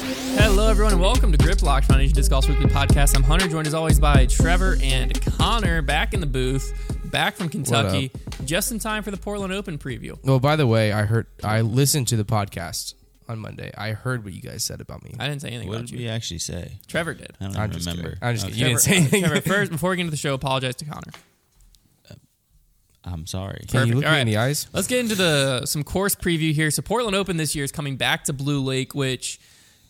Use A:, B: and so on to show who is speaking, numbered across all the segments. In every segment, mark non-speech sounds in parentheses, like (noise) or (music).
A: Hello, everyone, and welcome to Grip Lock Foundation Disc Golf Weekly Podcast. I'm Hunter, joined as always by Trevor and Connor, back in the booth, back from Kentucky, just in time for the Portland Open preview.
B: Well, by the way, I heard I listened to the podcast on Monday. I heard what you guys said about me.
A: I didn't say anything
C: What
A: about
C: did
A: you.
C: we actually say?
A: Trevor did.
C: I don't
B: I'm
C: even
B: just
C: remember.
B: kidding. I'm just
C: Okay.
B: kidding. You didn't say
A: Trevor- uh,
B: anything.
A: Trevor, first, before we get into the show, apologize to Connor.
C: I'm sorry.
B: Can you
A: Perfect.
B: look
A: All
B: me in
A: right.
B: the eyes?
A: Let's get into the some course preview here. So Portland Open this year is coming back to Blue Lake, which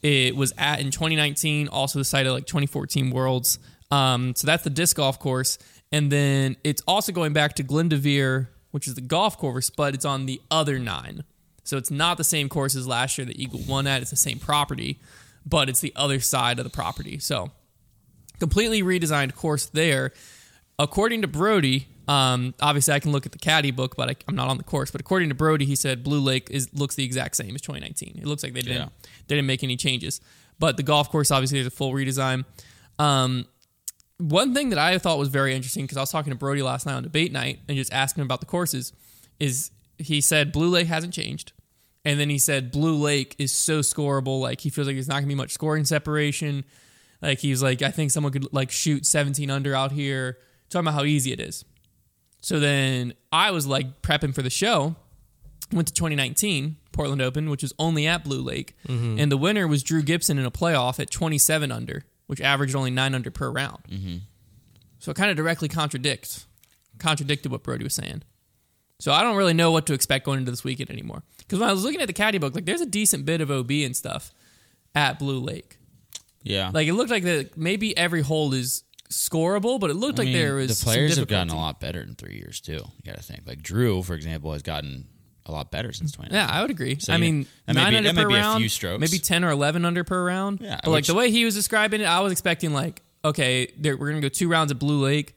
A: it was at in 2019, also the site of like 2014 Worlds. Um, so that's the disc golf course, and then it's also going back to Glendevere, which is the golf course, but it's on the other nine. So it's not the same course as last year that Eagle won at. It's the same property, but it's the other side of the property. So completely redesigned course there. According to Brody, um, obviously I can look at the caddy book, but I, I'm not on the course. But according to Brody, he said Blue Lake is looks the exact same as 2019. It looks like they didn't
C: Yeah.
A: they didn't make any changes. But the golf course obviously is a full redesign. Um, one thing that I thought was very interesting because I was talking to Brody last night on debate night and just asking him about the courses is he said Blue Lake hasn't changed. And then he said Blue Lake is so scorable. Like he feels like there's not gonna be much scoring separation. Like he was like, I think someone could like shoot 17 under out here. Talking about how easy it is. So then I was like prepping for the show. Went to 2019 Portland Open, which was only at Blue Lake, and the winner was Drew Gibson in a playoff at 27 under, which averaged only nine under per round. So it kind of directly contradicts contradicted what Brody was saying. So I don't really know what to expect going into this weekend anymore. Because when I was looking at the caddy book, like there's a decent bit of OB and stuff at Blue Lake.
C: Yeah.
A: Like it looked like that maybe every hole is scorable, but it looked
C: I
A: like
C: mean,
A: there was
C: the players
A: some
C: have gotten a
A: difficulty.
C: lot better in three years too. You got to think. Like Drew, for example, has gotten a lot better since 20.
A: Yeah, I would agree.
C: So
A: I
C: you-
A: mean,
C: that may
A: nine
C: be-
A: under
C: that may
A: per
C: be a few
A: round,
C: strokes.
A: maybe ten or eleven under per round.
C: Yeah,
A: but like
C: which-
A: the way he was describing it, I was expecting like, okay, there, we're gonna go two rounds at Blue Lake.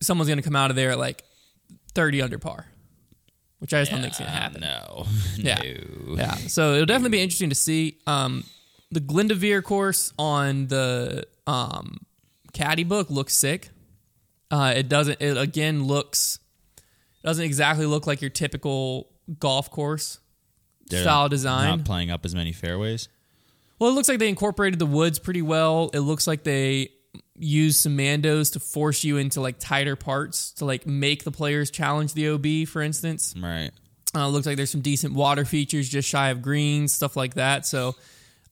A: Someone's gonna come out of there at like thirty under par, which I just don't think's gonna happen.
C: Ah, No.
A: (laughs) Yeah.
C: (laughs) no.
A: Yeah. So it'll definitely be interesting to see. Um, the Glendevere course on the um, caddy book looks sick. Uh, it doesn't. It again looks doesn't exactly look like your typical golf course
C: They're
A: style design.
C: Not playing up as many fairways.
A: Well, it looks like they incorporated the woods pretty well. It looks like they used some mandos to force you into like tighter parts to like make the players challenge the OB, for instance.
C: Right.
A: Uh, looks like there's some decent water features just shy of greens, stuff like that. So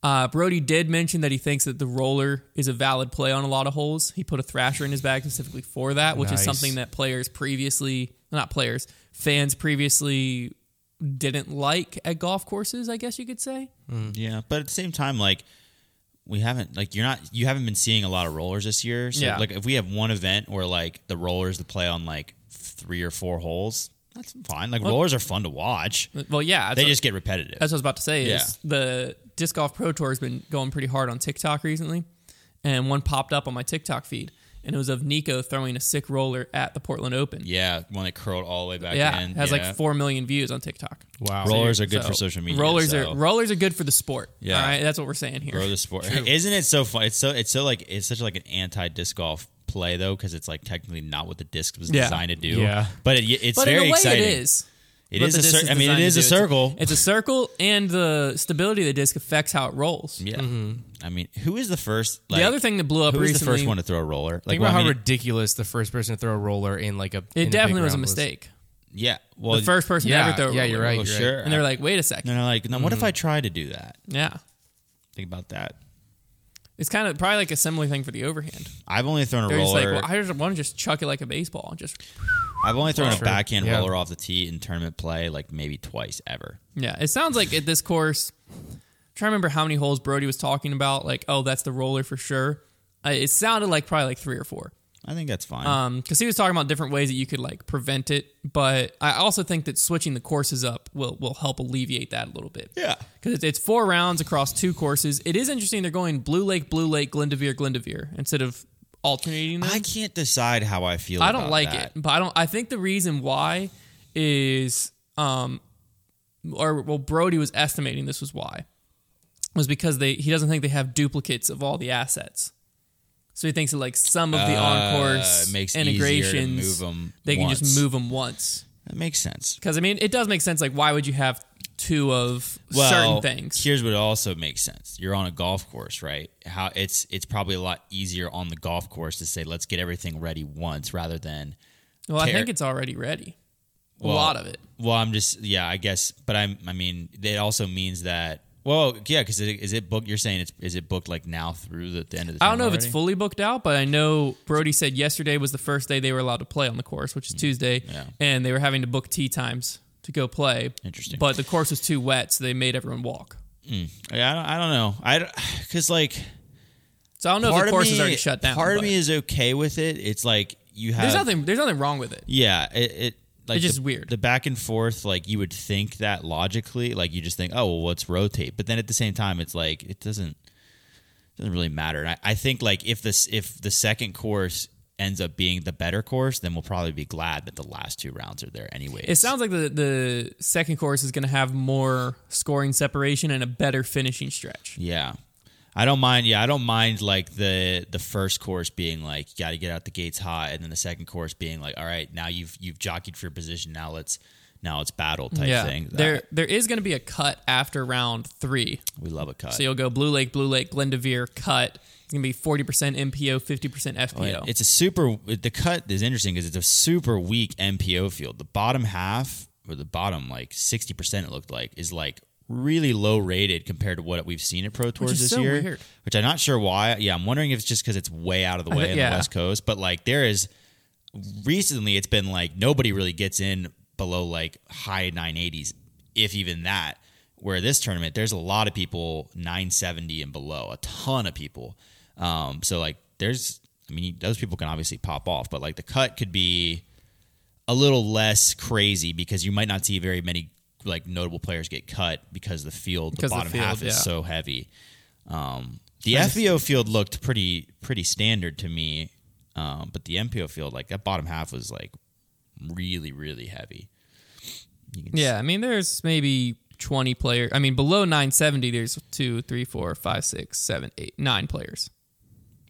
A: uh, Brody did mention that he thinks that the roller is a valid play on a lot of holes. He put a thrasher in his bag specifically for that, which is
B: Nice.
A: something that players previously, not players, fans previously didn't like at golf courses, I guess you could say.
C: Yeah, but at the same time, like we haven't like you're not you haven't been seeing a lot of rollers this year. So
A: Yeah.
C: like if we have one event where like the rollers to play on like three or four holes, that's fine. Like rollers are fun to watch.
A: Well, yeah. that's
C: They
A: what-
C: just get repetitive.
A: That's what I was about to say. Is
C: Yeah.
A: the disc golf pro tour has been going pretty hard on TikTok recently, and one popped up on my TikTok feed, and it was of Nico throwing a sick roller at the Portland Open.
C: Yeah, one that curled all the way back
A: Yeah,
C: in.
A: it has
C: yeah.
A: like four million views on TikTok.
B: Wow.
C: rollers are good
A: So,
C: for social media.
A: Rollers
C: so
A: are rollers are good for the sport.
C: Yeah.
A: all right, that's what we're saying here.
C: grow the sport. (laughs) Isn't it so fun? It's so it's so like it's such like an anti disc golf play though because it's like technically not what the disc was
A: Yeah.
C: designed to do.
B: Yeah.
C: but it, it's
A: but
C: very
A: in a way,
C: exciting.
A: it is.
C: It
A: But
C: is
A: the
C: a
A: disc
C: cir- I mean,
A: designed
C: it
A: to
C: is
A: do
C: a
A: to-
C: circle.
A: It's a circle, and the stability of the disc affects how it rolls.
C: yeah, I mean, who is the first? Like,
A: Mm-hmm. the other thing that blew up
C: who was
A: recently,
C: the first one to throw a roller? Like,
B: Think
C: well,
B: about
C: I
B: how
C: mean,
B: ridiculous the first person to throw a roller in like a. in a
A: it
B: big
A: definitely was a
B: round
A: mistake.
C: yeah, well,
A: the first person to
B: Yeah,
A: ever throw. a
B: yeah,
A: roller.
B: you're right.
C: well, sure.
A: And they were like, "Wait a second,
C: and they're like, no, what
A: Mm-hmm.
C: if I try to do that?
A: yeah."
C: Think about that.
A: It's kind of probably like a similar thing for the overhand.
C: I've only thrown a
A: They're just like,
C: roller.
A: well, I just want to just chuck it like a baseball and just
C: I've only thrown a
B: Sure.
C: backhand
B: Yeah.
C: roller off the tee in tournament play, like maybe twice ever.
A: yeah. It sounds like at this course, I'm trying to remember how many holes Brody was talking about. Like, oh, that's the roller for sure. Uh, it sounded like probably like three or four.
C: I think that's fine.
A: Um, because he was talking about different ways that you could like prevent it, but I also think that switching the courses up will will help alleviate that a little bit.
C: Yeah.
A: because it's, it's four rounds across two courses. It is interesting they're going Blue Lake, Blue Lake, Glendevere, Glendevere instead of alternating. Them.
C: I can't decide how I feel.
A: I don't
C: about
A: like
C: that.
A: it, but I don't. I think the reason why is, um, or well, Brody was estimating this was why, was because they he doesn't think they have duplicates of all the assets, so he thinks that like some of the
C: Uh,
A: on course
C: it makes it easier to
A: integrations
C: move 'em
A: they can
C: once.
A: just move them once.
C: That makes sense.
A: Because I mean, it does make sense. Like, why would you have two of certain things?
C: Here's what also makes sense. You're on a golf course, right? How it's it's probably a lot easier on the golf course to say let's get everything ready once rather than
A: Well, I
C: tear-
A: think it's already ready. a
C: well,
A: lot of it.
C: Well, I'm just yeah, I guess, but I'm I mean, it also means that well, yeah, because it, is it booked? You're saying it's is it booked like now through the, the end of the?
A: I don't know if
C: tournament
A: it's
C: already?
A: fully booked out, but I know Brody said yesterday was the first day they were allowed to play on the course, which is Tuesday,
C: Mm. Yeah.
A: and they were having to book tee times to go play.
C: Interesting.
A: But the course was too wet, so they made everyone walk.
C: Yeah, I don't, I don't know. I because like
A: So I don't know if
C: part
A: the
C: of
A: course
C: me,
A: is already shut down.
C: Part of
A: but
C: me is okay with it. It's like you have
A: there's nothing. There's nothing wrong with it.
C: Yeah, it, it like
A: It's just
C: the-
A: weird.
C: The back and forth, like you would think that logically, like you just think, oh well, let's rotate. But then at the same time, it's like it doesn't doesn't really matter. And I, I think like if this if the second course ends up being the better course, then we'll probably be glad that the last two rounds are there anyway.
A: It sounds like the the second course is going to have more scoring separation and a better finishing stretch.
C: yeah. I don't mind. Yeah, I don't mind like the the first course being like you got to get out the gates hot, and then the second course being like, all right, now you've you've jockeyed for your position. Now let's now it's battle type thing.
A: there there is going to be a cut after round three.
C: we love a cut.
A: So you'll go Blue Lake, Blue Lake, Glendevere, cut. It's going to be forty percent MPO, fifty percent FPO.
C: But It's a super. The cut is interesting because it's a super weak MPO field. The bottom half or the bottom like sixty percent it looked like is like really low rated compared to what we've seen at Pro Tours
A: is
C: this
A: so
C: year.
A: weird.
C: Which I'm not sure why. Yeah, I'm wondering if it's just because it's way out of the way
A: thi-
C: on
A: yeah.
C: the West Coast. But like there is recently, it's been like nobody really gets in below like high 980s, if even that. Where this tournament, there's a lot of people 970 and below, a ton of people. Um, so like there's, I mean, those people can obviously pop off, but like the cut could be a little less crazy because you might not see very many like notable players get cut because the field,
A: Because
C: the
A: the
C: bottom
A: field,
C: half is
A: yeah.
C: so heavy. Um, the FBO field looked pretty pretty standard to me, um, but the MPO field, like that bottom half, was like really really heavy. You can
A: yeah, I mean there's maybe twenty players. I mean below nine seventy, there's two, three, four, five, six, seven, eight, nine players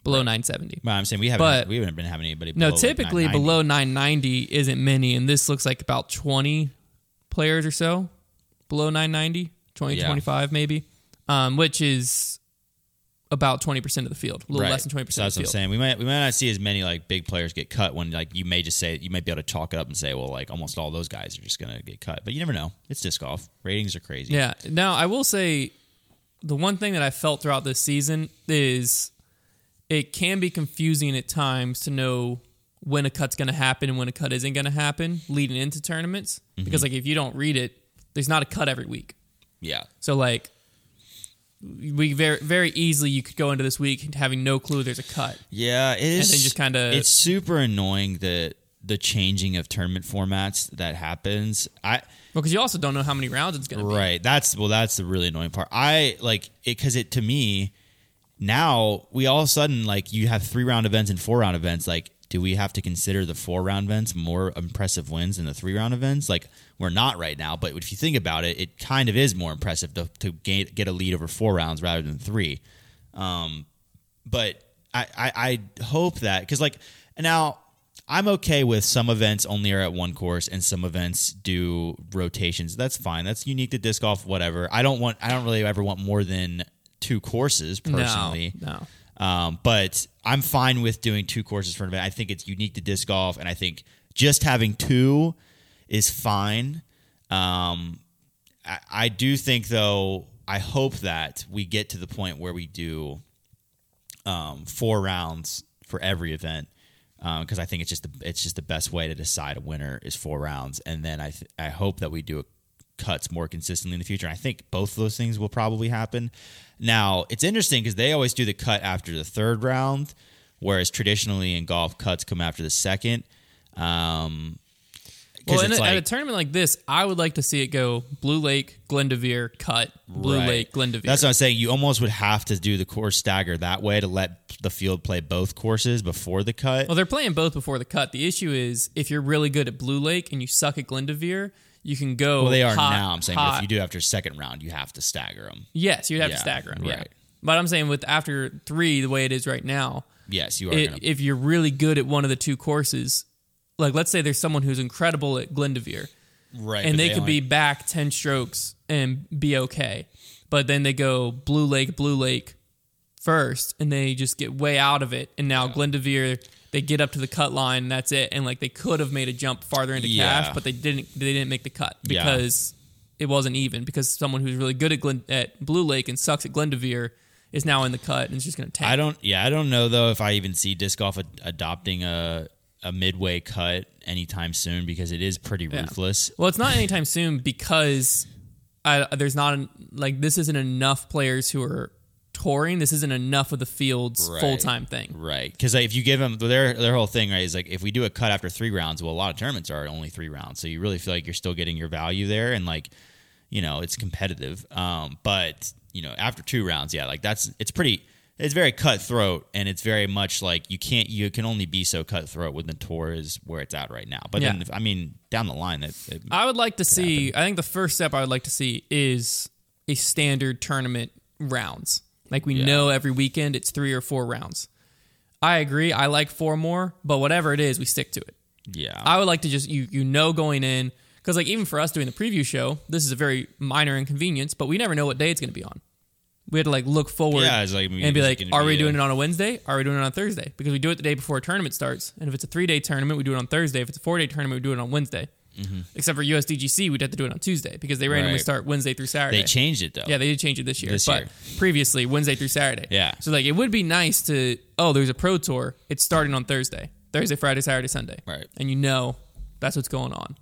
A: below nine seventy.
C: Well, I'm saying we haven't
A: But-
C: we haven't been having anybody.
A: No,
C: below, like,
A: typically
C: 990.
A: below 990 isn't many, and this looks like about 20 players or so below 990, 20,
C: Yeah.
A: 25 maybe, um, which is about 20% of the field, a little
C: Right.
A: less than 20%
C: So
A: of
C: that's
A: the
C: what I'm
A: field.
C: saying. We might we might not see as many like big players get cut when like you may just say you might be able to chalk it up and say well like almost all those guys are just gonna get cut. But you never know. It's disc golf. Ratings are crazy.
A: Yeah. Now, I will say the one thing that I felt throughout this season is it can be confusing at times to know when a cut's going to happen and when a cut isn't going to happen leading into tournaments.
C: Mm-hmm.
A: Because, like, if you don't read it, there's not a cut every week.
C: Yeah.
A: So like we very very easily you could go into this week having no clue there's a cut.
C: Yeah, it is.
A: then just kinda-
C: It's super annoying that the changing of tournament formats that happens. I
A: Well, because you also don't know how many rounds it's going to be.
C: right. That's well. That's the really annoying part. I like it because it to me now we all of a sudden like you have three round events and four round events. Like, do we have to consider the four round events more impressive wins than the three round events? Like, we're not right now. But if you think about it, it kind of is more impressive to to gain, get a lead over four rounds rather than three. but I, I, I hope that because like now I'm okay with some events only are at one course and some events do rotations. That's fine. That's unique to disc golf. Whatever. I don't want. I don't really ever want more than two courses personally.
A: No, no.
C: Um, but I'm fine with doing two courses for an event. I think it's unique to disc golf, and I think just having two is fine. Um, I, I do think though. I hope that we get to the point where we do um, four rounds for every event because I think it's just the, it's just the best way to decide a winner is four rounds, and then I th- I hope that we do cuts more consistently in the future. And I think both of those things will probably happen. Now it's interesting because they always do the cut after the third round, whereas traditionally in golf cuts come after the second. Um, 'cause
A: Well, in a,
C: it's
A: at a
C: like-
A: tournament like this, I would like to see it go Blue Lake, Glendevere, cut, Blue
C: Right.
A: Lake, Glendevere.
C: That's what I'm saying. You almost would have to do the course stagger that way to let the field play both courses before the cut.
A: well, they're playing both before the cut. The issue is if you're really good at Blue Lake and you suck at Glendevere, you can go.
C: Well, they are
A: hot,
C: now. I'm saying, but
A: hot.
C: if you do after second round, you have to stagger them.
A: yes, you'd have to
C: Yeah,
A: stagger them. Yeah.
C: right.
A: But I'm saying with after three, the way it is right now,
C: Yes, you are.
A: it,
C: gonna,
A: if you're really good at one of the two courses, like let's say there's someone who's incredible at Glendivier
C: Right.
A: and
C: but
A: they, could
C: only-
A: be back 10 strokes and be okay. But then they go Blue Lake, Blue Lake first, and they just get way out of it. And now Glendevere, they get up to the cut line, and that's it. And like they could have made a jump farther into
C: Yeah.
A: cash, but they didn't. They didn't make the cut
C: Yeah.
A: because it wasn't even. Because someone who's really good at Glen, at Blue Lake and sucks at Glendevere is now in the cut and is just going to tank.
C: I don't. Yeah, I don't know though if I even see disc golf ad- adopting a a midway cut anytime soon because it is pretty ruthless.
A: Well, it's not anytime soon because I, there's not an, like this isn't enough players who are touring. This isn't enough of the field's
C: Right.
A: full time thing.
C: Right, because if you give them their their whole thing, right, is like if we do a cut after three rounds, well, a lot of tournaments are only three rounds, so you really feel like you're still getting your value there, and like, you know, it's competitive. Um, but you know, after two rounds, yeah, like that's it's pretty, it's very cutthroat, and it's very much like you can't, you can only be so cutthroat when the tour is where it's at right now. But
A: Yeah. Uh,
C: then, if, I mean, down the line, that it,
A: I would like to see. I think the first step I would like to see is a standard tournament rounds. Like we know every weekend it's three or four rounds. I agree. I like four more, but whatever it is, we stick to it.
C: yeah,
A: I would like to just you you know going in because like even for us doing the preview show, this is a very minor inconvenience, but we never know what day it's going to be on. We had to like look forward
C: Yeah, it's like, I mean,
A: and be
C: is it
A: like,
C: gonna
A: are
C: be
A: we
C: a-
A: doing it on a Wednesday? Are we doing it on a Thursday? Because we do it the day before a tournament starts, and if it's a three day tournament, we do it on Thursday. If it's a four day tournament, we do it on Wednesday. Except for USDGC, we'd have to do it on Tuesday because they randomly
C: Mm-hmm. Right.
A: start Wednesday through Saturday.
C: they changed it though.
A: Yeah, they did change it this year.
C: This
A: but
C: year.
A: previously, Wednesday through Saturday.
C: Yeah.
A: So like it would be nice to oh, there's a pro tour. It's starting on Thursday. Thursday, Friday, Saturday, Sunday.
C: Right.
A: And you know that's what's going on.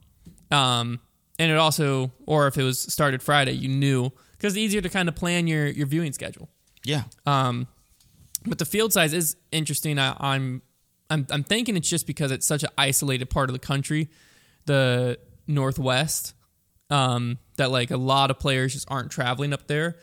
A: Um and it also or if it was started Friday, you knew because it's easier to kind of plan your your viewing schedule.
C: yeah,
A: Uh, But the field size is interesting. I, I'm, I'm, I'm thinking it's just because it's such an isolated part of the country, the Northwest, um, that like a lot of players just aren't traveling up there.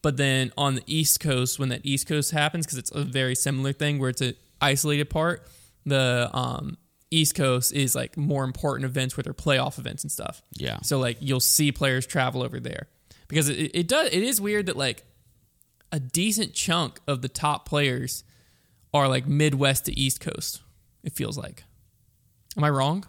A: But then on the East Coast, when that East Coast happens, because it's a very similar thing where it's an isolated part, the um, East Coast is like more important events where they're playoff events and stuff.
C: Yeah.
A: So like you'll see players travel over there because it, it does. It is weird that like a decent chunk of the top players are like Midwest to East Coast. It feels like. Am I wrong?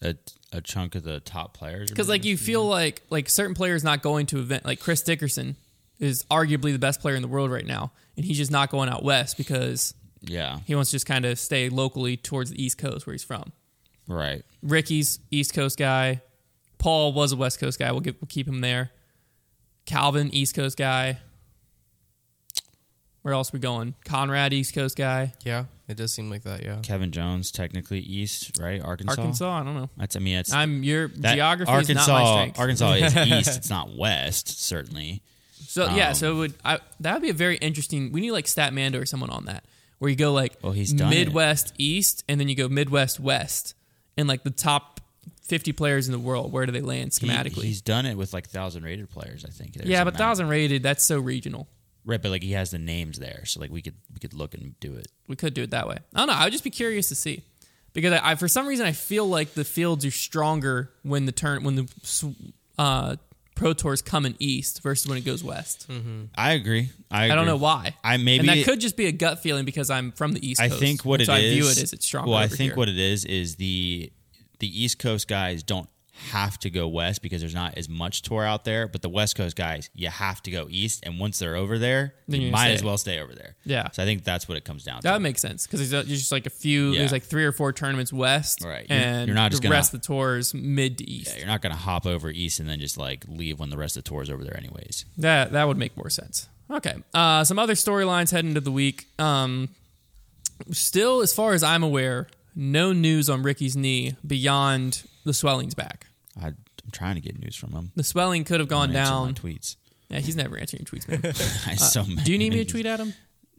C: a, a chunk of the top players
A: Because like you feel like like certain players not going to event like Chris Dickerson is arguably the best player in the world right now, and he's just not going out west because
C: yeah,
A: he wants to just kind of stay locally towards the East Coast where he's from.
C: right.
A: Ricky's East Coast guy. Paul was a West Coast guy. We'll, get, we'll keep him there. Calvin, East Coast guy. Where else we going? Conrad, East Coast guy.
B: Yeah, it does seem like that. Yeah.
C: Kevin Jones, technically East, right? Arkansas.
A: Arkansas. I don't know.
C: That's I mean, it's
A: I'm your
C: that-
A: geography
C: Arkansas.
A: is not my strength. (laughs)
C: Arkansas is East. It's not West, certainly.
A: so yeah, so it would I, that would be a very interesting. We need like Statmando or someone on that, where you go like
C: Well, he's done it.
A: Midwest East, and then you go Midwest West, and like the top fifty players in the world. Where do they land
C: He-
A: schematically?
C: he's done it with like thousand rated players. I think. There's
A: yeah,
C: a
A: but
C: map.
A: thousand rated. That's so regional.
C: Right, but like he has the names there, so like we could we could look and do it.
A: we could do it that way. I don't know. I would just be curious to see because I, I for some reason I feel like the fields are stronger when the turn when the s- uh, pro tours coming east versus when it goes west.
C: Hmm. I agree. I,
A: I don't
C: agree.
A: know why.
C: I
A: and
C: maybe
A: that could just be a gut feeling because I'm from the east.
C: I
A: Coast,
C: think what
A: and
C: it is.
A: so I view it as it's stronger.
C: Well, I
A: over
C: think
A: here.
C: what it is is the the East Coast guys don't have to go west because there's not as much tour out there, but the West Coast guys, you have to go east, and once they're over there,
A: Then
C: you
A: you're
C: might
A: staying.
C: as well stay over there.
A: Yeah.
C: So I think that's what it comes down
A: that
C: to.
A: would make sense because there's there's just like a few.
C: Yeah.
A: There's like three or four tournaments west,
C: Right. You're-
A: And
C: you're not just
A: the
C: gonna-
A: rest of the tours mid to east.
C: Yeah, you're not gonna hop over east and then just like leave when the rest of the tour is over there, anyways.
A: That that would make more sense. Okay. Uh, some other storylines heading into the week. Um, still, as far as I'm aware, no news on Ricky's knee beyond the swelling's back.
C: I, I'm trying to get news from them.
A: The swelling could have
C: I
A: gone
C: don't answer my
A: down.
C: tweets. (laughs)
A: Yeah, he's never answering your tweets, man.
C: I so many.
A: Do you need me to tweet at him?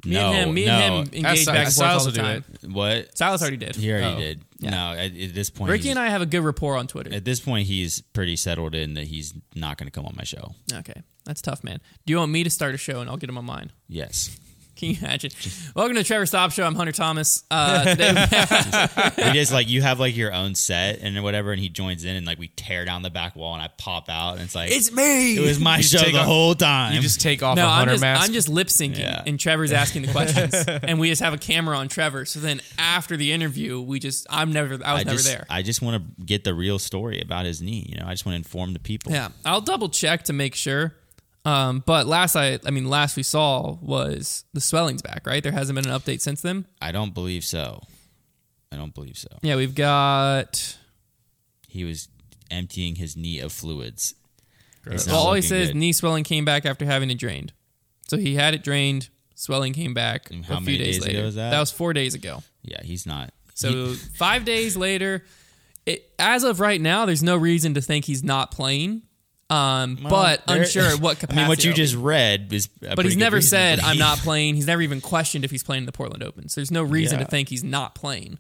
A: Me
C: No,
A: and him, me
C: no.
A: and him engage
B: That's-
A: back and
B: that's
A: forth all
B: Silas
A: the
B: will do
A: time.
C: What?
A: Silas already did.
C: He already
B: Oh.
C: did.
A: Yeah.
C: No, at, at this point,
A: Ricky
C: he's-
A: and I have a good rapport on Twitter.
C: At this point, he's pretty settled in that he's not going to come on my show.
A: Okay, that's tough, man. Do you want me to start a show and I'll get him on mine? (laughs)
C: Yes.
A: Can you imagine? Welcome to Trevor Stop Show. I'm Hunter Thomas. Uh,
C: (laughs)
A: today we have-
C: It is like you have like your own set and whatever, and he joins in and like we tear down the back wall and I pop out and it's like
B: me.
C: it was my
B: You
C: show
B: take
C: the
B: off-
C: whole time.
B: You just take off
A: no,
B: a
A: I'm
B: hunter
A: just,
B: mask.
A: I'm just lip syncing,
C: Yeah.
A: and Trevor's
C: (laughs)
A: asking the questions, and we just have a camera on Trevor. So then after the interview, we just I'm never I was
C: I
A: never
C: just
A: there.
C: I just want to get the real story about his knee. You know, I just want to inform the people.
A: Yeah, I'll double check to make sure. Um, but last I, I mean, last we saw was the swelling's back, right? There hasn't been an update since then.
C: I don't believe so. I don't believe so.
A: Yeah, we've got.
C: He was emptying his knee of fluids. It's not
A: Well, all he
C: looking
A: says
C: good.
A: knee swelling came back after having it drained. So he had it drained. Swelling came back
C: And
A: a
C: how
A: few
C: many
A: days
C: days
A: later.
C: ago was that?
A: was four days ago.
C: Yeah, he's not.
A: So (laughs) five days later, it, as of right now, there's no reason to think he's not playing. Um, but
C: There-
A: unsure at what
C: (laughs) I
A: capacity.
C: mean, what you
A: that'll be.
C: just read is. a
A: But
C: pretty
A: he's
C: good
A: never
C: reason to
A: said I'm
C: believe."
A: not playing. He's never even questioned if he's playing in the Portland Open. So there's no reason
C: Yeah.
A: to think he's not playing.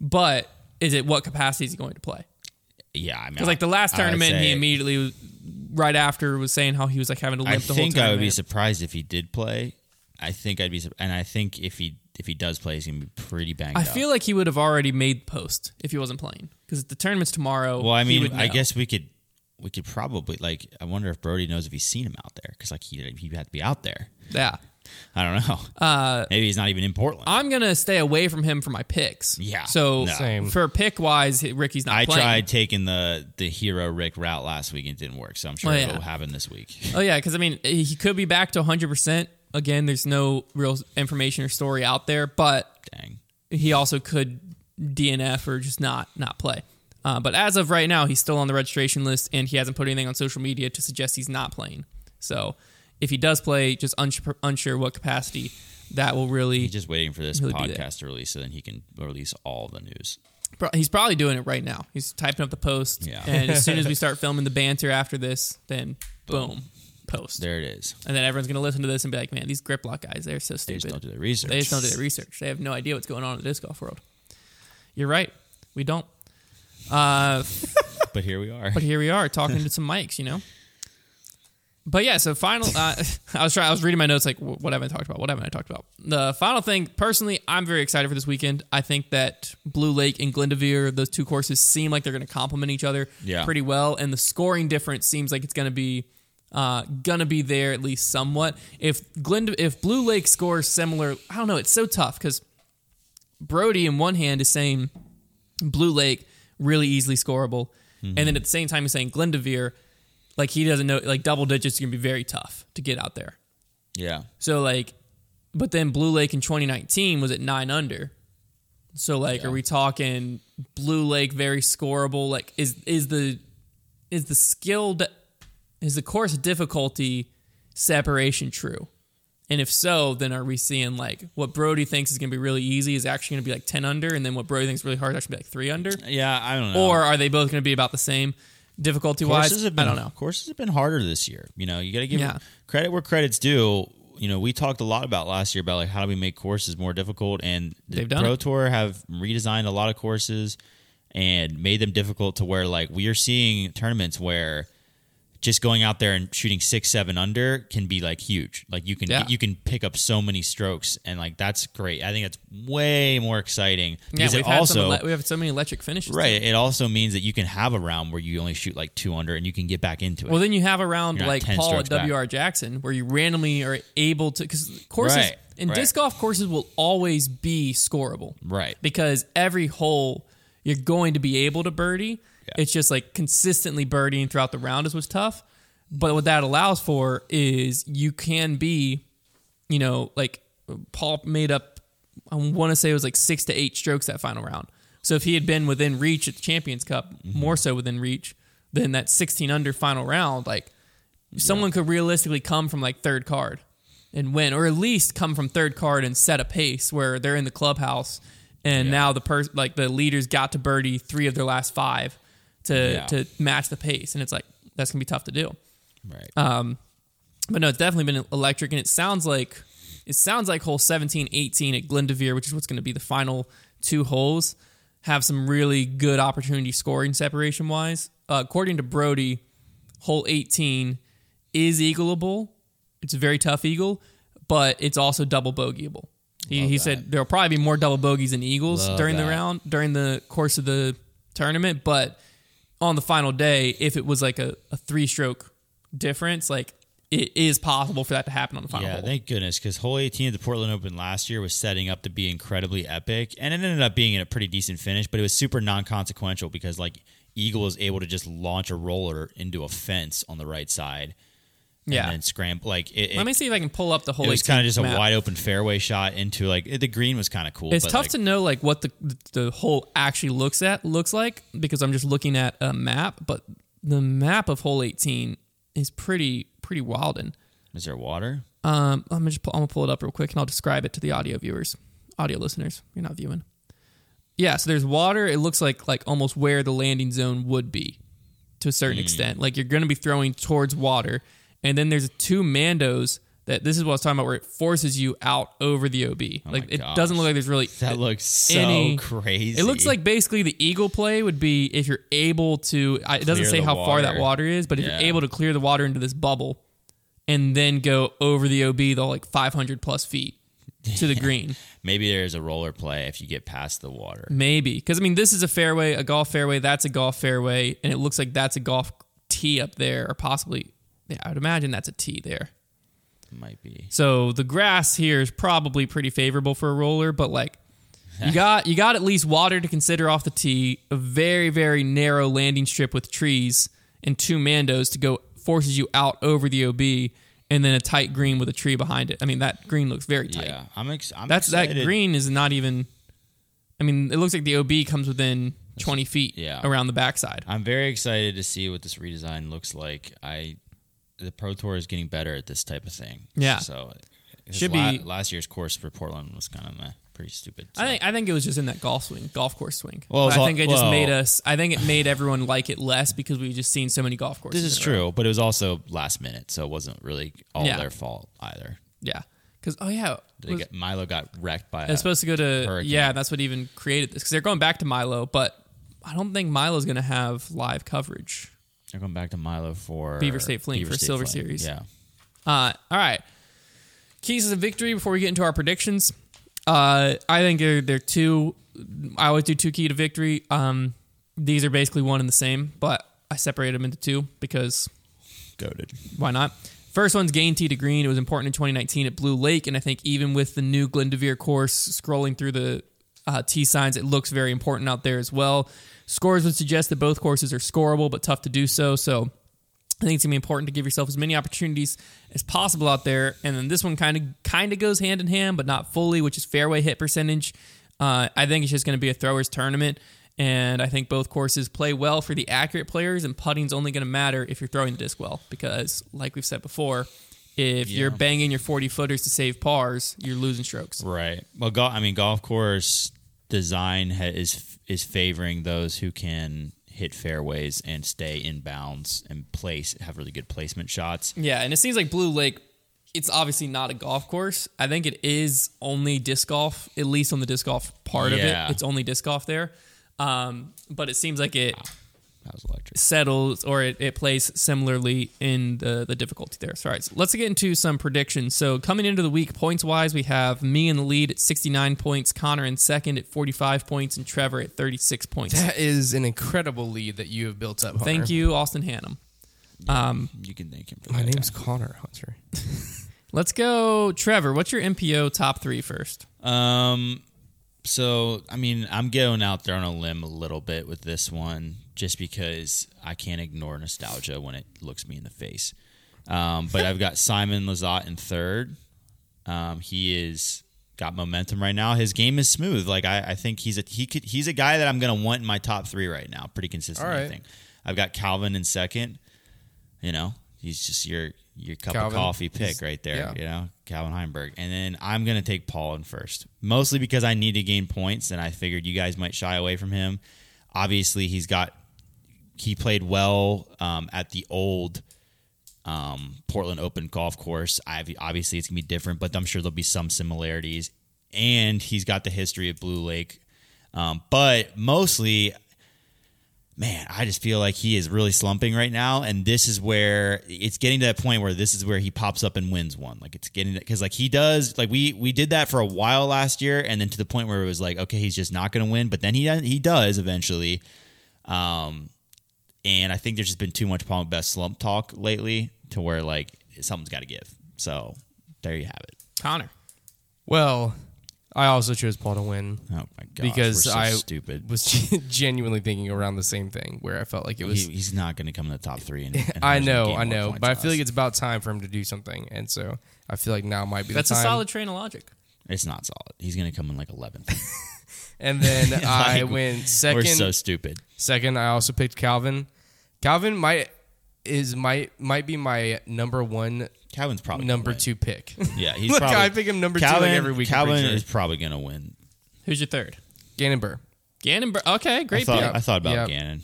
A: But is it what capacity is he going to play?
C: Yeah, I mean,
A: Because like the
C: I
A: last
C: would
A: tournament, he
C: say-
A: immediately was- right after was saying how he was like having to limp
C: I
A: the
C: think
A: whole
C: I
A: tournament.
C: would be surprised if he did play. I think I'd be, sur- and I think if he if he does play, he's gonna be pretty banged
A: I
C: up.
A: feel like he would have already made post if he wasn't playing because the tournament's tomorrow.
C: Well, I
A: he
C: mean,
A: would
C: I
A: know.
C: guess we could we could probably like. I wonder if Brody knows if he's seen him out there because like he he had to be out there.
A: yeah.
C: I don't know. Uh, Maybe he's not even in Portland.
A: I'm gonna stay away from him for my picks.
C: Yeah.
A: So
C: No.
B: Same.
A: for pick wise, Ricky's not
C: I
A: playing.
C: tried taking the the hero Rick route last week and it didn't work, so I'm sure
A: Oh, yeah.
C: it'll happen this week. (laughs)
A: Oh yeah, because I mean, he could be back to 100. percent Again, there's no real information or story out there, but
C: Dang.
A: he also could DNF or just not not play. Uh, but as of right now, he's still on the registration list, and he hasn't put anything on social media to suggest he's not playing. So, if he does play, just unsure, unsure what capacity, that will really.
C: He's just waiting for this
A: He'll do that.
C: podcast to release, so then he can release all the news.
A: pro- he's probably doing it right now. He's typing up the post,
C: Yeah.
A: and as soon
C: (laughs)
A: as we start filming the banter after this, then boom, post,
C: There it is.
A: and then everyone's gonna listen to this and be like, "Man, these grip lock guys, they're so
C: They
A: stupid."
C: just don't do their research.
A: They just don't do their research. They have no idea what's going on in the disc golf world. You're right. We don't. Uh,
C: (laughs) But here we are.
A: (laughs) but here we are talking to some mics, you know. But yeah, so final. Uh, (laughs) I was trying. I was reading my notes. Like, wh- what haven't I talked about? What haven't I talked about? The final thing, personally, I'm very excited for this weekend. I think that Blue Lake and Glendevere, those two courses, seem like they're going to complement each other
C: Yeah.
A: pretty well, and the scoring difference seems like it's going to be uh, gonna be there at least somewhat. If Glend, if Blue Lake scores similar, I don't know. It's so tough because Brody, in one hand, is saying Blue Lake really easily scoreable, and then at the same time he's saying Glendevere, like he doesn't know, like double digits is gonna be very tough to get out there.
C: Yeah.
A: So like, but then Blue Lake in 2019 was at nine under. So like, are we talking Blue Lake very scoreable? Like, is is the is the skilled is the course difficulty separation true? And if so, then are we seeing like what Brody thinks is going to be really easy is actually going to be like 10 under, and then what Brody thinks is really hard is actually be like three under?
C: Yeah, I don't know.
A: Or are they both going to be about the same difficulty wise?
C: courses have
A: I
C: been
A: don't know.
C: courses have been harder this year. You know, you got to give
A: Yeah.
C: credit where credit's due. You know, we talked a lot about last year about like how do we make courses more difficult, and the
A: They've done
C: Pro
A: it.
C: Tour have redesigned a lot of courses and made them difficult to where like we are seeing tournaments where just going out there and shooting six, seven under can be like huge. Like you can
A: Yeah.
C: you can pick up so many strokes, and like that's great. I think that's way more exciting
A: Yeah,
C: because
A: we've
C: it
A: had
C: also
A: some, ele- we have so many electric finishes.
C: Right. It also means that you can have a round where you only shoot like two under and you can get back into it.
A: Well, then you have a round
C: You're not
A: like
C: 10
A: Paul at
C: strokes back.
A: WR Jackson where you randomly are able to because courses
C: Right,
A: and
C: right.
A: disc golf courses will always be scoreable,
C: Right.
A: Because every hole you're going to be able to birdie. It's just like consistently birdieing throughout the round is what's tough. But what that allows for is you can be, you know, like Paul made up. I want to say it was like six to eight strokes that final round. So if he had been within reach at the Champions Cup, more so within reach than that 16 under final round, like someone could realistically come from like third card and win, or at least come from third card and set a pace where they're in the clubhouse, and now the person like the leaders got to birdie three of their last five to
C: Yeah.
A: to match the pace, and it's like that's gonna be tough to do.
C: right.
A: uh, But no, it's definitely been electric, and it sounds like it sounds like hole 17, 18 at Glendevere, which is what's going to be the final two holes, have some really good opportunity scoring separation wise. Uh, according to Brody, hole 18 is eagleable. It's a very tough eagle, but it's also double bogeyable. He, he said there'll probably be more double bogeys than eagles
C: Love
A: during the
C: that.
A: round during the course of the tournament, but on the final day, if it was like a, a three stroke difference, like it is possible for that to happen on the final
C: Yeah,
A: hole.
C: thank goodness, because hole 18 at the Portland Open last year was setting up to be incredibly epic, and it ended up being a pretty decent finish, but it was super non-consequential because like Eagle was able to just launch a roller into a fence on the right side,
A: Yeah.
C: and then scramble. Like it,
A: Let me
C: it,
A: see if I can pull up the whole.
C: it was
A: 18
C: kind of just a
A: map.
C: wide open fairway shot into like it- the green was kind of cool.
A: It's
C: but,
A: tough
C: like,
A: to know like what the the hole actually looks at looks like because I'm just looking at a map, but the map of hole 18 is pretty pretty wildin'.
C: Is there water?
A: Um, I'm gonna just pull, I'm gonna pull it up real quick and I'll describe it to the audio viewers, audio listeners. You're not viewing. Yeah, so there's water. It looks like like almost where the landing zone would be, to a
C: Hmm.
A: certain extent. Like you're gonna be throwing towards water, and then there's two mandos that this is what I was talking about, where it forces you out over the OB. like it
C: Oh gosh.
A: doesn't look like there's really
C: That looks so
A: any-
C: crazy.
A: It looks like basically the eagle play would be if you're able to. I, it doesn't
C: Clear
A: say
C: the
A: how far that
C: water.
A: water is, but if
C: Yeah.
A: you're able to clear the water into this bubble, and then go over the OB, the like 500 plus feet to
C: (laughs)
A: the green,
C: maybe there's a roller play if you get past the water.
A: maybe. Because I mean, this is a fairway, a golf fairway. That's a golf fairway, and it looks like that's a golf tee up there, or possibly. Yeah, I would imagine that's a tee there.
C: Might be.
A: So the grass here is probably pretty favorable for a roller, but like
C: (laughs)
A: you got you got at least water to consider off the tee, a very very narrow landing strip with trees and two mandos to go forces you out over the OB and then a tight green with a tree behind it. I mean that green looks very tight.
C: Yeah, I'm, ex- I'm
A: That's
C: excited.
A: that green is not even I mean it looks like the OB comes within 20 feet
C: yeah.
A: around the backside.
C: I'm very excited to see what this redesign looks like. I the Pro Tour is getting better at this type of thing.
A: Yeah.
C: So this
A: Should
C: la-
A: be-
C: last year's course for Portland was kind of meh, pretty stupid.
A: I
C: so.
A: think I think it was just in that golf swing, golf course swing.
C: Well, it was
A: I
C: all-
A: think it just
C: well-
A: made us. I think it made everyone like it less because we've just seen so many golf courses.
C: this is
A: in a row.
C: true, but it was also last minute, so it wasn't really all
A: Yeah.
C: their fault either.
A: Yeah, because oh yeah,
C: They
A: was,
C: got, Milo got wrecked by.
A: it's
C: a,
A: supposed to go to
C: Hurricane.
A: yeah. That's what even created this because they're going back to Milo, but I don't think Milo's going to have live coverage.
C: they're going back to Milo for
A: Beaver State Fling
C: Beaver
A: for
C: State
A: Silver
C: Fling.
A: Series.
C: Yeah.
A: Uh, all right, keys to the victory before we get into our predictions. Uh, I think they're they're two. I always do two key to victory. Um, these are basically one and the same, but I separate them into two because
C: Goaded.
A: Why not? First one's gain tee to green. It was important in 2019 at Blue Lake, and I think even with the new Glendevere course, scrolling through the uh, tee signs, it looks very important out there as well. Scores would suggest that both courses are scoreable, but tough to do so. So I think it's gonna be important to give yourself as many opportunities as possible out there. And then this one kind of kind of goes hand in hand, but not fully, which is fairway hit percentage. Uh, I think it's just gonna be a throwers tournament, and I think both courses play well for the accurate players. And putting's only gonna matter if you're throwing the disc well, because like we've said before, if you're banging your 40 footers to save pars, you're losing strokes.
C: Right. Well, go- I mean, golf course design ha- is is favoring those who can hit fairways and stay in bounds and place have really good placement shots.
A: Yeah, and it seems like Blue Lake. It's obviously not a golf course. I think it is only disc golf, at least on the disc golf part
C: Yeah.
A: of it. It's only disc golf there, um, but it seems like it
C: That was electric.
A: settles or it, it plays similarly in the the difficulty there. So, all right, so let's get into some predictions. So coming into the week, points wise, we have me in the lead at sixty nine points, Connor in second at forty five points, and Trevor at thirty six points.
B: That is an incredible lead that you have built up. Hunter.
A: Thank you, Austin Hannum.
C: You can thank him for
B: My
C: that.
B: name's Connor Hunter.
A: Let's go, Trevor. What's your MPO top three first?
C: Um, so I mean, I'm going out there on a limb a little bit with this one, just because I can't ignore nostalgia when it looks me in the face. Um, but I've got Simon Lazat in third. Um, he is got momentum right now. His game is smooth. Like I, I think he's a he could he's a guy that I'm gonna want in my top three right now, pretty consistently.
B: All
C: I
B: right.
C: think I've got Calvin in second. You know, he's just your your cup
B: Calvin.
C: of coffee pick right there.
B: yeah.
C: You know, Calvin Heinberg, and then I'm gonna take Paul in first, mostly because I need to gain points, and I figured you guys might shy away from him. Obviously, he's got he played well um, at the old um, Portland Open golf course. I've, obviously, it's gonna be different, but I'm sure there'll be some similarities. And he's got the history of Blue Lake, um, but mostly, man, I just feel like he is really slumping right now. And this is where it's getting to that point where this is where he pops up and wins one. Like it's getting because like he does like we we did that for a while last year, and then to the point where it was like, okay, he's just not going to win. But then he he does eventually. Um, and I think there's just been too much Palm Best slump talk lately to where like something's got to give. So there you have it.
A: Connor.
B: Well, I also chose Paul to win
C: Oh my god,
B: because
C: we're so
B: I
C: stupid.
B: was (laughs) genuinely thinking around the same thing where I felt like it was.
C: He, he's not going to come in the top three. And, and
B: (laughs) I
C: there's gonna
B: know,
C: gain
B: I
C: more
B: know,
C: points
B: but I
C: than
B: feel
C: us.
B: like it's about time for him to do something, and so I feel like now might be
A: That's
B: the
A: a
B: time.
A: solid train of logic.
C: it's not solid. He's going to come in like 11th.
B: And (laughs) then I
C: Like,
B: went
C: we're
B: 2nd
C: so stupid.
B: Second, I also picked Calvin. Calvin might is might might be my number one
C: Calvin's probably gonna
B: number
C: win.
B: two (laughs) pick.
C: Yeah, he's
B: Look,
C: probably,
B: I pick him number two, like,
C: Calvin,
B: every week, I'm
C: Calvin
B: pretty sure.
C: is probably going to win.
A: Who's your third?
B: Gannon Burr.
A: Gannon. Bur- Okay,
C: I
A: great
C: thought,
A: pick.
C: I thought about
B: Yep.
C: Gannon.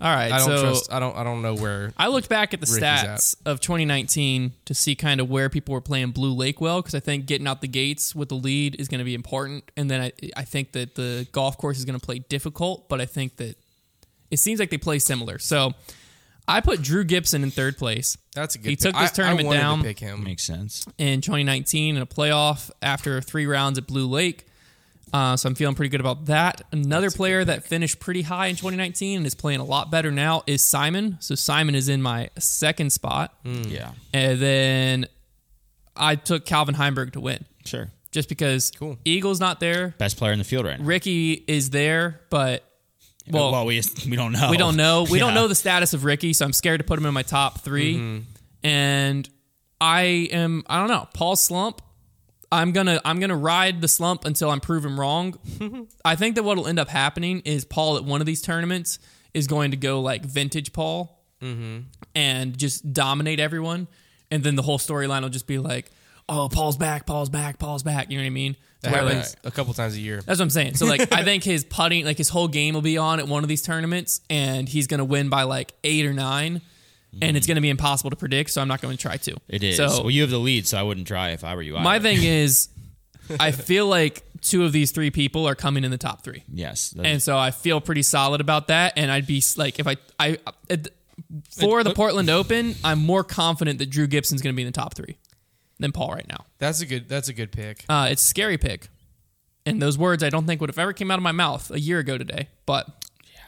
A: All right.
B: I don't
A: so
B: trust. I don't. I don't know where.
A: I looked back at the
B: Ricky's
A: stats of 2019 to see kind of where people were playing Blue Lake well, because I think getting out the gates with the lead is going to be important. And then I, I think that the golf course is going to play difficult, but I think that it seems like they play similar. So I put Drew Gibson in third place
B: That's a good.
A: He
B: pick.
A: took this
B: I-
A: tournament
B: I wanted
A: down.
B: To pick him.
C: Makes sense.
A: in 2019 in a playoff after three rounds at Blue Lake. Uh, so I'm feeling pretty good about that. Another player that finished pretty high in 2019 and is playing a lot better now is Simon. So Simon is in my second spot.
C: Yeah,
A: And then I took Calvin Heinberg to win
C: sure.
A: just because
B: Cool.
A: Eagle's not there.
C: Best player in the field right now.
A: Ricky is there, but well,
C: well, we we don't know.
A: we don't know. We don't
C: (laughs) Yeah.
A: know the status of Ricky, so I'm scared to put him in my top 3 And I am I don't know, Paul Slump. I'm gonna I'm gonna ride the slump until I'm proven wrong. I think that what'll end up happening is Paul at one of these tournaments is going to go like vintage Paul and just dominate everyone, and then the whole storyline will just be like, oh, Paul's back, Paul's back, Paul's back. You know what I mean?
B: That
A: Where, like,
B: happens a couple times a year.
A: that's what I'm saying. So like,
C: (laughs)
A: I think his putting, like his whole game will be on at one of these tournaments, and he's gonna win by like eight or nine, and it's gonna be impossible to predict. So I'm not going to try to.
C: Mm-hmm. It is.
A: So
C: well, you have the lead, so I wouldn't try if I were you.
A: my
C: either.
A: thing
C: (laughs)
A: is, I feel like two of these three people are coming in the top three,
C: Yes.
A: and so I feel pretty solid about that. And I'd be s- like, if I, I, at- for the Portland Open, I'm more confident that Drew Gibson's gonna be in the top three than Paul right now.
B: That's a good. That's a good pick.
A: Uh, it's a scary pick. And those words I don't think would have ever came out of my mouth a year ago today, but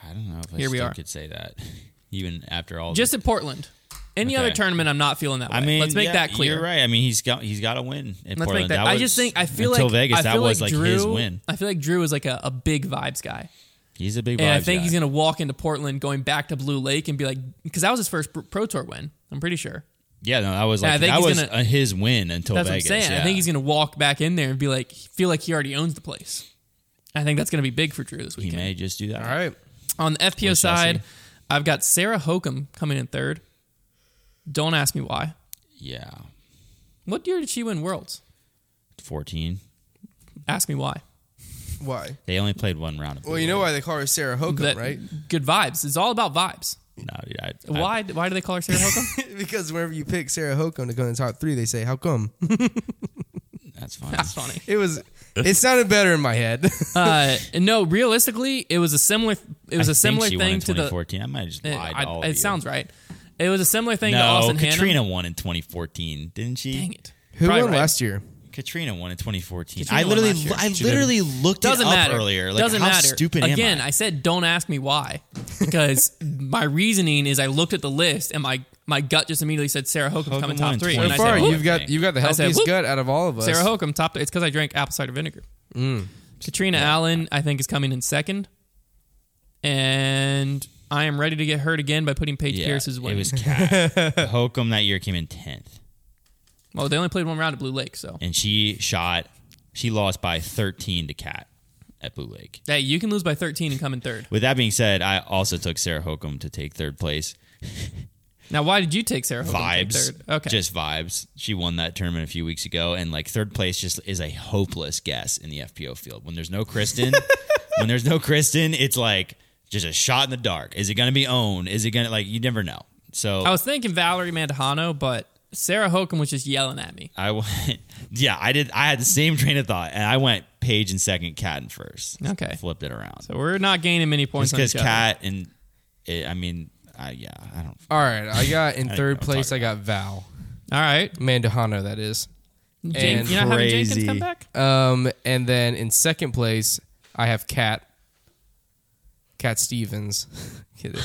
C: I don't know if I
A: Here
C: still
A: we are.
C: could say that, (laughs) even after all.
A: just in Portland. Any
C: Okay.
A: other tournament, I'm not feeling that. Way.
C: I mean,
A: let's make
C: yeah,
A: that clear.
C: You're right. I mean, he's got he's got to win. In
A: Let's
C: Portland.
A: make that.
C: was,
A: I just think I feel
C: until
A: like
C: Vegas.
A: I
C: that
A: feel
C: was like
A: Drew,
C: his win.
A: I feel like Drew is like a, a big vibes guy,
C: He's a big.
A: and I
C: vibes
A: think
C: guy.
A: he's gonna walk into Portland, going back to Blue Lake, and be like, because that was his first pro tour win. I'm pretty sure.
C: Yeah, no, that was
A: Yeah,
C: like
A: I think
C: that
A: he's
C: was
A: gonna-
C: uh his win until
A: That's
C: Vegas.
A: what I'm saying.
C: yeah.
A: I think he's gonna walk back in there and be like, feel like he already owns the place. I think that's gonna be big for Drew this
C: he
A: weekend.
C: may just do that.
B: All right.
A: On the FPO
C: shall see.
A: side, I've got Sarah Hokum coming in third. Don't ask me why.
C: Yeah,
A: What year did she win Worlds?
C: fourteen.
A: Ask me why.
B: Why?
C: They only played one round. Of
B: Well, you know why they call her Sarah Hokum,
A: that-
B: (laughs) right?
A: Good vibes. It's all about vibes.
C: no, dude, I, I-
A: Why? Why do they call her Sarah Hokum?
B: because whenever you pick Sarah Hokum to go in the top three, they say, "How come?"
A: (laughs)
C: that's
A: (laughs)
C: fine.
A: That's funny.
B: It was. It sounded better in my head. (laughs)
A: Uh, no, realistically, it was a similar. It was
C: I
A: a similar
C: think she won
A: thing
C: in
A: to the.
C: 2014. I might have just
A: It,
C: lied.
A: I-
C: to all
A: it
C: of you.
A: sounds right. It was a similar thing to
C: No,
A: Austin
C: Katrina
A: Hannum.
C: won in 2014, didn't she?
A: Dang it.
B: Who
A: Probably
B: won
A: right.
B: last year?
C: Katrina won in 2014.
A: Katrina
C: I
A: won
C: literally,
A: last year.
C: I
A: She
C: literally looked
A: Doesn't
C: it up
A: matter.
C: earlier. Like,
A: Doesn't
C: how
A: matter.
C: stupid am
A: Again,
C: I?
A: said don't ask me why because (laughs) my reasoning is I looked at the list and my my gut just immediately said Sarah Hokum's
C: Hokum
A: coming
C: won
A: top
C: in
A: three.
C: So
A: And I
B: So
A: said,
B: far,
A: "Whoop,
B: you've got you've got the
A: I said,
B: healthiest
A: whoop.
B: gut out of all of us.
A: Sarah Hokum top. It's because I drank apple cider vinegar.
C: Mm.
A: Katrina Allen, I think, is coming in second, and I am ready to get hurt again by putting Paige
C: yeah,
A: Pierce as
C: It
A: winning. (laughs)
C: was Kat. Hokum that year came in 10th,
A: well, they only played one round at Blue Lake, so
C: and she shot. She lost by 13 to Kat at Blue Lake.
A: hey, you can lose by 13 and come in third.
C: With that being said, I also took Sarah Hokum to take third place.
A: Now, why did you take Sarah Hokum in
C: Vibes,
A: third? Okay,
C: just vibes. She won that tournament a few weeks ago, and like third place just is a hopeless guess in the FPO field. When there's
A: (laughs)
C: no Kristen, when there's no Kristen, it's like just a shot in the dark. Is it going to be owned? Is it going to like you never know. So
A: I was thinking Valerie Mandahano, but Sarah Hokum was just yelling at me.
C: I went, (laughs) yeah, I did. I had the same train of thought, and I went Page in second, Cat in first.
A: Okay.
C: flipped it around.
A: So we're not gaining many points
C: Just
A: on each
C: because
A: other.
C: Cat and it, I mean, I, yeah, I don't.
B: All right, I got
A: (laughs)
B: in
C: I
B: third
C: know,
B: place.
C: talk
B: I got Val
A: All right.
B: Mandahano. That is.
A: Jen-
B: And
A: you're not having Jenkins
C: crazy.
A: come
C: (laughs)
A: back?
B: Um, and then in second place, I have Cat. Cat Stevens. (laughs) Kidding.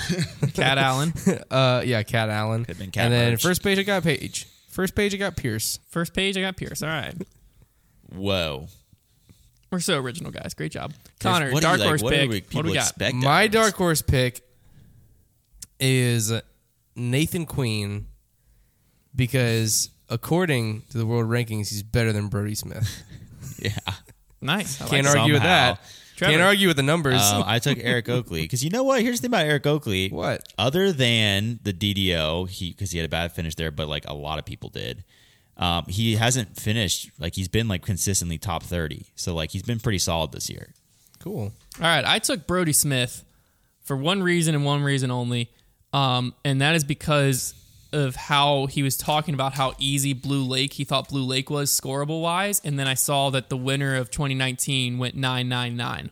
A: Cat Allen.
B: uh, yeah, Cat Allen.
C: Could've been Cat
B: and then
C: Roach.
B: first page, I got Page. First page, I got Pierce.
A: First page, I got Pierce. All right.
C: Whoa,
A: We're so original, guys. Great job. Connor,
C: What do you
A: Dark
C: like-
A: Horse
C: what do we-
A: pick. What do
C: people
A: we got?
C: expect out
B: My
C: of this?
B: dark horse pick is Nathan Queen because according to the world rankings, he's better than Brody Smith.
C: (laughs) Yeah.
A: Nice. I (laughs) like
B: Can't
A: it.
B: argue with
C: somehow.
B: that.
A: Trevor. Oh.
B: Can't argue with the numbers.
C: Um, I took Eric Oakley because you know what? Here's the thing about Eric Oakley.
B: What?
C: Other than the DDO, he because he had a bad finish there, but like a lot of people did. Um, he hasn't finished like he's been like consistently top thirty. So like he's been pretty solid this year.
B: (laughs) cool.
A: All right, I took Brody Smith for one reason and one reason only, um, and that is because of how he was talking about how easy Blue Lake he thought Blue Lake was scoreable wise, and then I saw that the winner of 2019 went nine nine nine.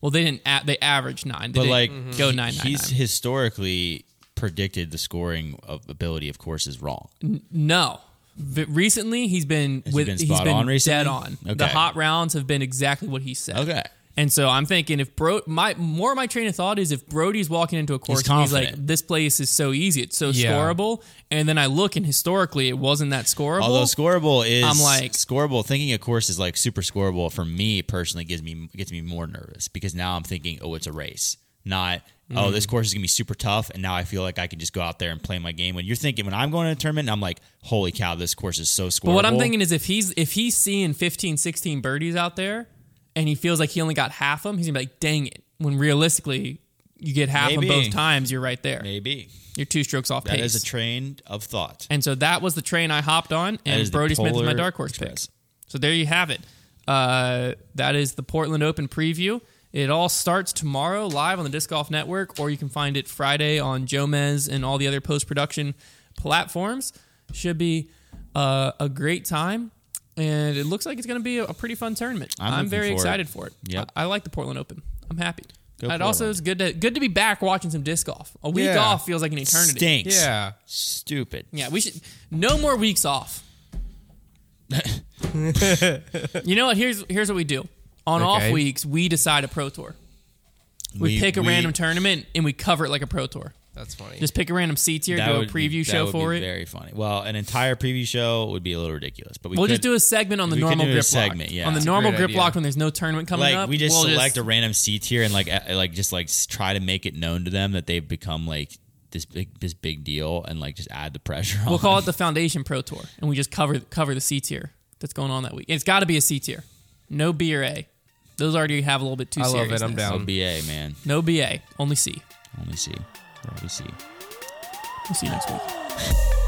A: Well, they didn't. A- they averaged nine. They
C: But
A: didn't
C: like
A: Mm-hmm. go
C: he-
A: nine nine
C: He's
A: nine.
C: historically predicted the scoring of ability of courses wrong.
A: No. V- recently, he's been
C: Has he
A: with
C: been
A: he's
C: spot
A: been
C: on recently?
A: dead on. The
C: Okay.
A: hot rounds have been exactly what he said.
C: Okay.
A: And so I'm thinking if Bro my more of my train of thought is if Brody's walking into a course and he's like,
C: confident.
A: This place is so easy, it's so
B: Yeah.
A: scorable and then I look and historically it wasn't that scorable.
C: Although scorable is
A: I'm like-
C: scorable. Thinking a course is like super scorable for me personally gives me gets me more nervous because now I'm thinking, oh, it's a race, not oh,
A: Mm.
C: this course is gonna be super tough, and now I feel like I can just go out there and play my game. When you're thinking, when I'm going to a tournament, I'm like, holy cow, this course is so scorable.
A: but what I'm thinking is if he's if he's seeing 15, 16 birdies out there and he feels like he only got half of them, he's gonna be like, dang it. When realistically you get half of 'em
C: Maybe.
A: both times, you're right there.
C: maybe
A: You're two strokes off
C: that
A: pace.
C: is a train of thought.
A: And so that was the train I hopped on, and
C: is the
A: Brody Smith is my
C: Polar
A: dark horse
C: Express.
A: pick. So there you have it. Uh, that is the Portland Open preview. It all starts tomorrow live on the Disc Golf Network, or you can find it Friday on Jomez and all the other post production platforms. Should be uh, a great time, and it looks like it's going to be a, a pretty fun tournament.
C: I'm
A: I'm,
C: looking
A: very
C: forward.
A: excited for it.
C: Yep.
A: I, I like the Portland Open. I'm happy.
C: Go
A: it also
C: Portland.
A: is good to good to be back watching some disc golf. A week
B: Yeah.
A: off feels like an eternity.
C: Stinks.
B: Yeah.
C: Stupid.
A: Yeah, we should no more weeks
C: (laughs)
A: off. you know what? Here's here's what we do. On
B: Okay.
A: off weeks, we decide a pro tour. We, pick a random tournament and we cover it like a pro tour.
B: That's funny.
A: Just pick a random C tier, do
C: That
A: a
C: would
A: preview
C: be, that
A: show
C: would
A: for
C: be
A: it.
C: Very funny. Well, an entire preview show would be a little ridiculous, but we
A: we'll
C: could,
A: just do a segment on the
C: we could
A: normal
C: do a
A: grip
C: segment,
A: lock.
C: yeah.
A: On the
C: That's
B: a
A: normal
B: great
A: grip
B: idea.
A: lock when there's no tournament coming
C: like
A: up.
C: we just
A: we'll
C: select a random C tier and like a- like just like s- try to make it known to them that they've become like this big this big deal and like just add the pressure.
A: We'll
C: on.
A: call it the Foundation Pro Tour, and we just cover cover the C tier that's going on that week. It's got to be a C tier, no B or A. Those already have a little bit too.
B: I love it. I'm
A: seriousness.
B: down.
C: OBA man.
A: No BA, only C.
C: Let me see. Let me see.
A: We'll see you next week.